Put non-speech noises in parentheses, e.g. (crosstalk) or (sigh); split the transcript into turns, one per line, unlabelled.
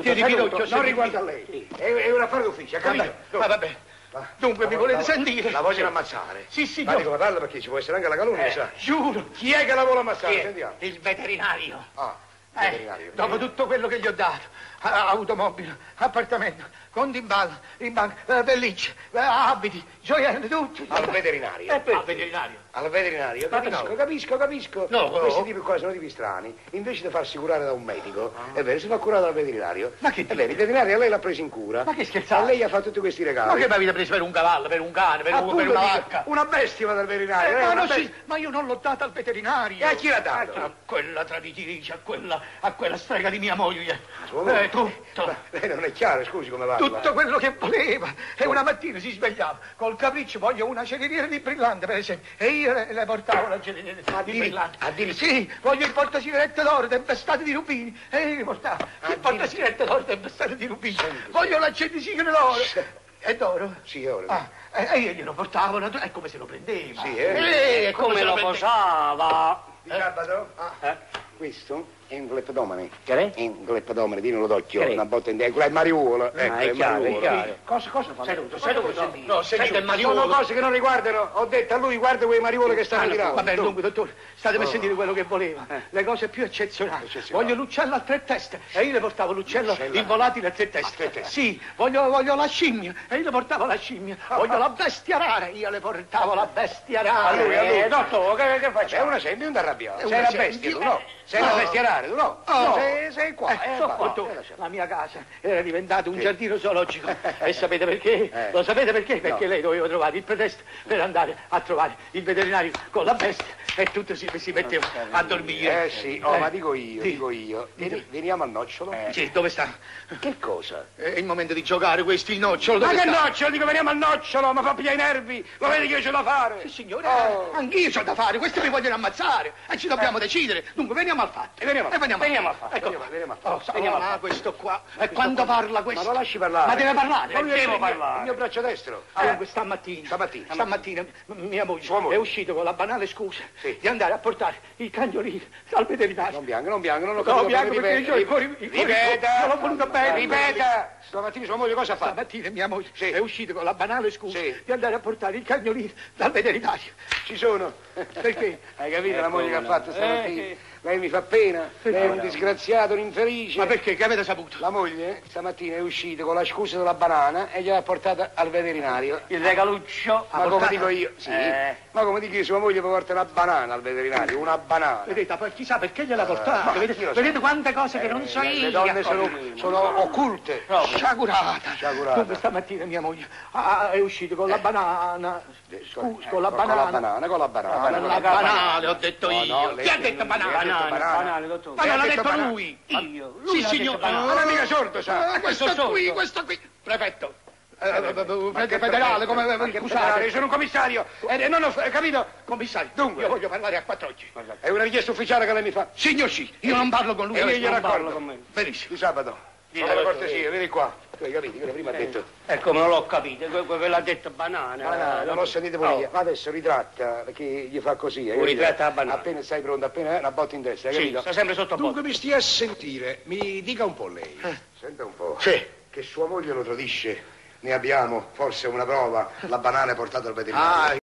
Tieni Pinocchio,
non
scendi
riguarda
qui.
lei. È, è un affare d'ufficio, accanto.
Capito? Ma vabbè. Dunque, mi volete sentire?
La vogliono ammazzare.
Sì, sì,
Ma
no.
dico, parla perché ci può essere anche la calunnia,
Eh,
sa.
Giuro.
Chi è che la vuole ammazzare?
Chi è?
Sentiamo.
Il veterinario.
Ah,
Eh,
veterinario.
dopo tutto quello che gli ho dato, a- automobile, appartamento, conti in banca, in banca, eh, pellicce, eh, abiti, gioielli, tutto.
Al Ah, veterinario.
Eh, perché? Al veterinario.
Al veterinario,
Ma
capisco,
no.
capisco, capisco.
No, no.
Questi tipi qua sono tipi strani. Invece di farsi curare da un medico, è vero, si fa curare dal veterinario.
Ah. Ma che
È vero, il veterinario a lei l'ha preso in cura.
Ma che scherzate?
A lei ha fatto tutti questi regali.
Ma che mi avete preso per un cavallo, per un cane, per, un,
Appunto,
per una
dico,
vacca?
Una bestia va dal
Eh,
veterinario. eh,
ma,
una
non Eh,
bestia.
ci- ma io non l'ho data al veterinario.
E a chi l'ha dato?
A quella traditrice, a quella, a quella strega di mia moglie.
Sua moglie.
Eh, tutto.
Ma lei non è chiaro, scusi come parla.
Tutto quello che voleva. E una mattina si svegliava. Col capriccio voglio una ceriniera di brillante, per esempio. E io le, le portavo la ceriniera di
Addiri-
brillante.
addiri-
Sì, voglio il portasigarette d'oro tempestate di rubini. E io le portavo il
Addiri-
portasigarette d'oro tempestate di rubini. Voglio l'accendisigaro d'oro. E d'oro?
Sì, ora.
Ah, e e io glielo portavo, natu- è come se lo prendeva.
Sì,
Eh, è
come
se
lo
prendeva.
posava?
Di sabato? Ah. Questo è un gleppedomane.
Che è?
Un gleppedomane, dillo d'occhio.
Che è?
Una botta in È mariuola.
Ah,
Ecco,
è chiaro, è
mariuola.
chiaro.
Cosa, cosa fa?
Seduto, seduto.
No, senti,
Senti,
ma
Sono cose che non riguardano. Ho detto a lui, guarda quei mariuole che stanno tirando.
Ah, Vabbè, dunque, dottore, statemi a sentire quello che voleva. Le cose più eccezionali.
Eh. Eccezionali.
Voglio l'uccello a tre teste. E io le portavo l'uccello
L'uccello-
il volatile a tre teste.
tre teste. Ah,
Sì, voglio, voglio la scimmia. E io le portavo la scimmia. Voglio la bestia rara. Io le portavo la bestia rara.
A lui, a lui.
Eh, dottore, che, che
È
facciamo?
una scimmia e un arrabbiato.
È
Sei
una
una bestia, tu
scimmia.
no? Sei una
No.
bestia rara, tu no?
Oh.
Sei, sei qua.
Eh,
eh,
sto
va,
qua,
eh,
dottore.
lascia-
La mia casa era diventata un giardino
(laughs)
zoologico. e sapete perché?
Eh.
Lo sapete perché? Perché
No.
lei doveva trovare il pretesto per andare a trovare il veterinario con la bestia e tutto si, si metteva a dormire.
Eh sì, oh,
Eh.
ma dico io,
Sì. Eh.
dico io. Veni- veniamo al nocciolo.
Sì, dove sta?
Che cosa?
È il momento di giocare questi nocciolo.
Ma
dove
che
sta?
nocciolo? Dico, veniamo al nocciolo, ma fa pigliare i nervi. Lo vedi che io ce la fare?
Sì, signore,
Oh. Eh.
anch'io c'ho da fare, questi mi vogliono ammazzare e ci dobbiamo decidere. Dunque, veniamo al fatto.
E veniamo al
e veniamo,
veniamo
al
al
fatto.
fatto,
Ecco,
veniamo-
qua.
veniamo al fatto.
Oh, sa-
Veniamo
oh,
al
ah,
fatto.
questo qua. E quando parla questo?
Ma lo lasci parlare.
Ma deve parlare.
Ma lui è
devo
il mio-
parlare.
Il mio braccio destro. Eh,
Ah, dunque, stamattina,
Stamattina.
stamattina, m- mia moglie,
Sua moglie.
è uscita con la banale scusa
Sì.
di andare a portare il cagnolino al veterinario.
Non bianco, non bianco, non lo
No, bianco, perché io i cuori- i cuori-
Ripeta.
non l'ho voluto bene.
Ripeta. Stamattina sua moglie cosa ha fatto?
Stamattina mia moglie
Sì.
è uscita con la banale scusa
Sì.
di andare a portare il cagnolino dal
(laughs)
veterinario.
Ci sono.
Perché?
Hai capito la
Eh,
moglie che ha
come
fatto
no.
stamattina?
Eh,
Lei mi fa pena. Lei è un disgraziato, un infelice.
Ma perché? Che avete saputo?
La moglie stamattina è uscita con la scusa della banana e gliel'ha portata al veterinario.
Il regaluccio.
Ma come dico io, sì.
Eh.
Ma come dico io, sua moglie può portare una banana al veterinario, una banana.
Vedete, ma chissà perché gliela
ma
portate.
chi lo
Vedete,
sa?
vedete quante cose che non so io.
Le donne sono, sono occulte.
No.
Sciagurata.
Sciagurata.
Dunque stamattina mia moglie ah, è uscita con la banana. Scusa,
Eh,
con la
Con la
banana.
banana, con la banana.
La
con la
banale,
banana.
ho detto
No,
io.
no, lei-
Chi ha detto
lei ha
banale?
detto
Banale,
banana.
banale, dottore.
Ma
Lei
non
ha
l'ha
detto
detto
banana.
lui.
Io.
Sì,
Lui l'ha detto
signore.
banale.
Non è mica sordo, sa.
Ah, questo
Questo
qui,
sordo.
questo qui. Prefetto. Eh,
Ma che
prefetto federale, come
che
scusate.
federale? sono un commissario e e non ho f- capito.
Commissario,
Dunque.
io voglio parlare a quattro occhi.
È una richiesta ufficiale che lei mi fa.
Signor sì, io non parlo con lui.
E io
adesso.
gliela
Non parlo
racconto.
con me.
Benissimo.
Di sabato.
Di
Con la
sabato,
cortesia, vieni qua. Tu hai capito, che prima ha detto.
E come non l'ho capito, que- que- ve l'ha detto banana.
Banana, non lo sentite pure
Oh.
io. Ma adesso ritratta, perché gli fa così. hai
Un
capito?
ritratto a banana.
Appena sei pronto, appena eh, una botta in testa, hai
Sì,
capito?
sta sempre sotto
Dunque
bocca.
mi stia a sentire, mi dica un po' lei.
Senta un po'.
Sì.
Che sua moglie lo tradisce. Ne abbiamo forse una prova. La banana è portata al veterinario.
Ah,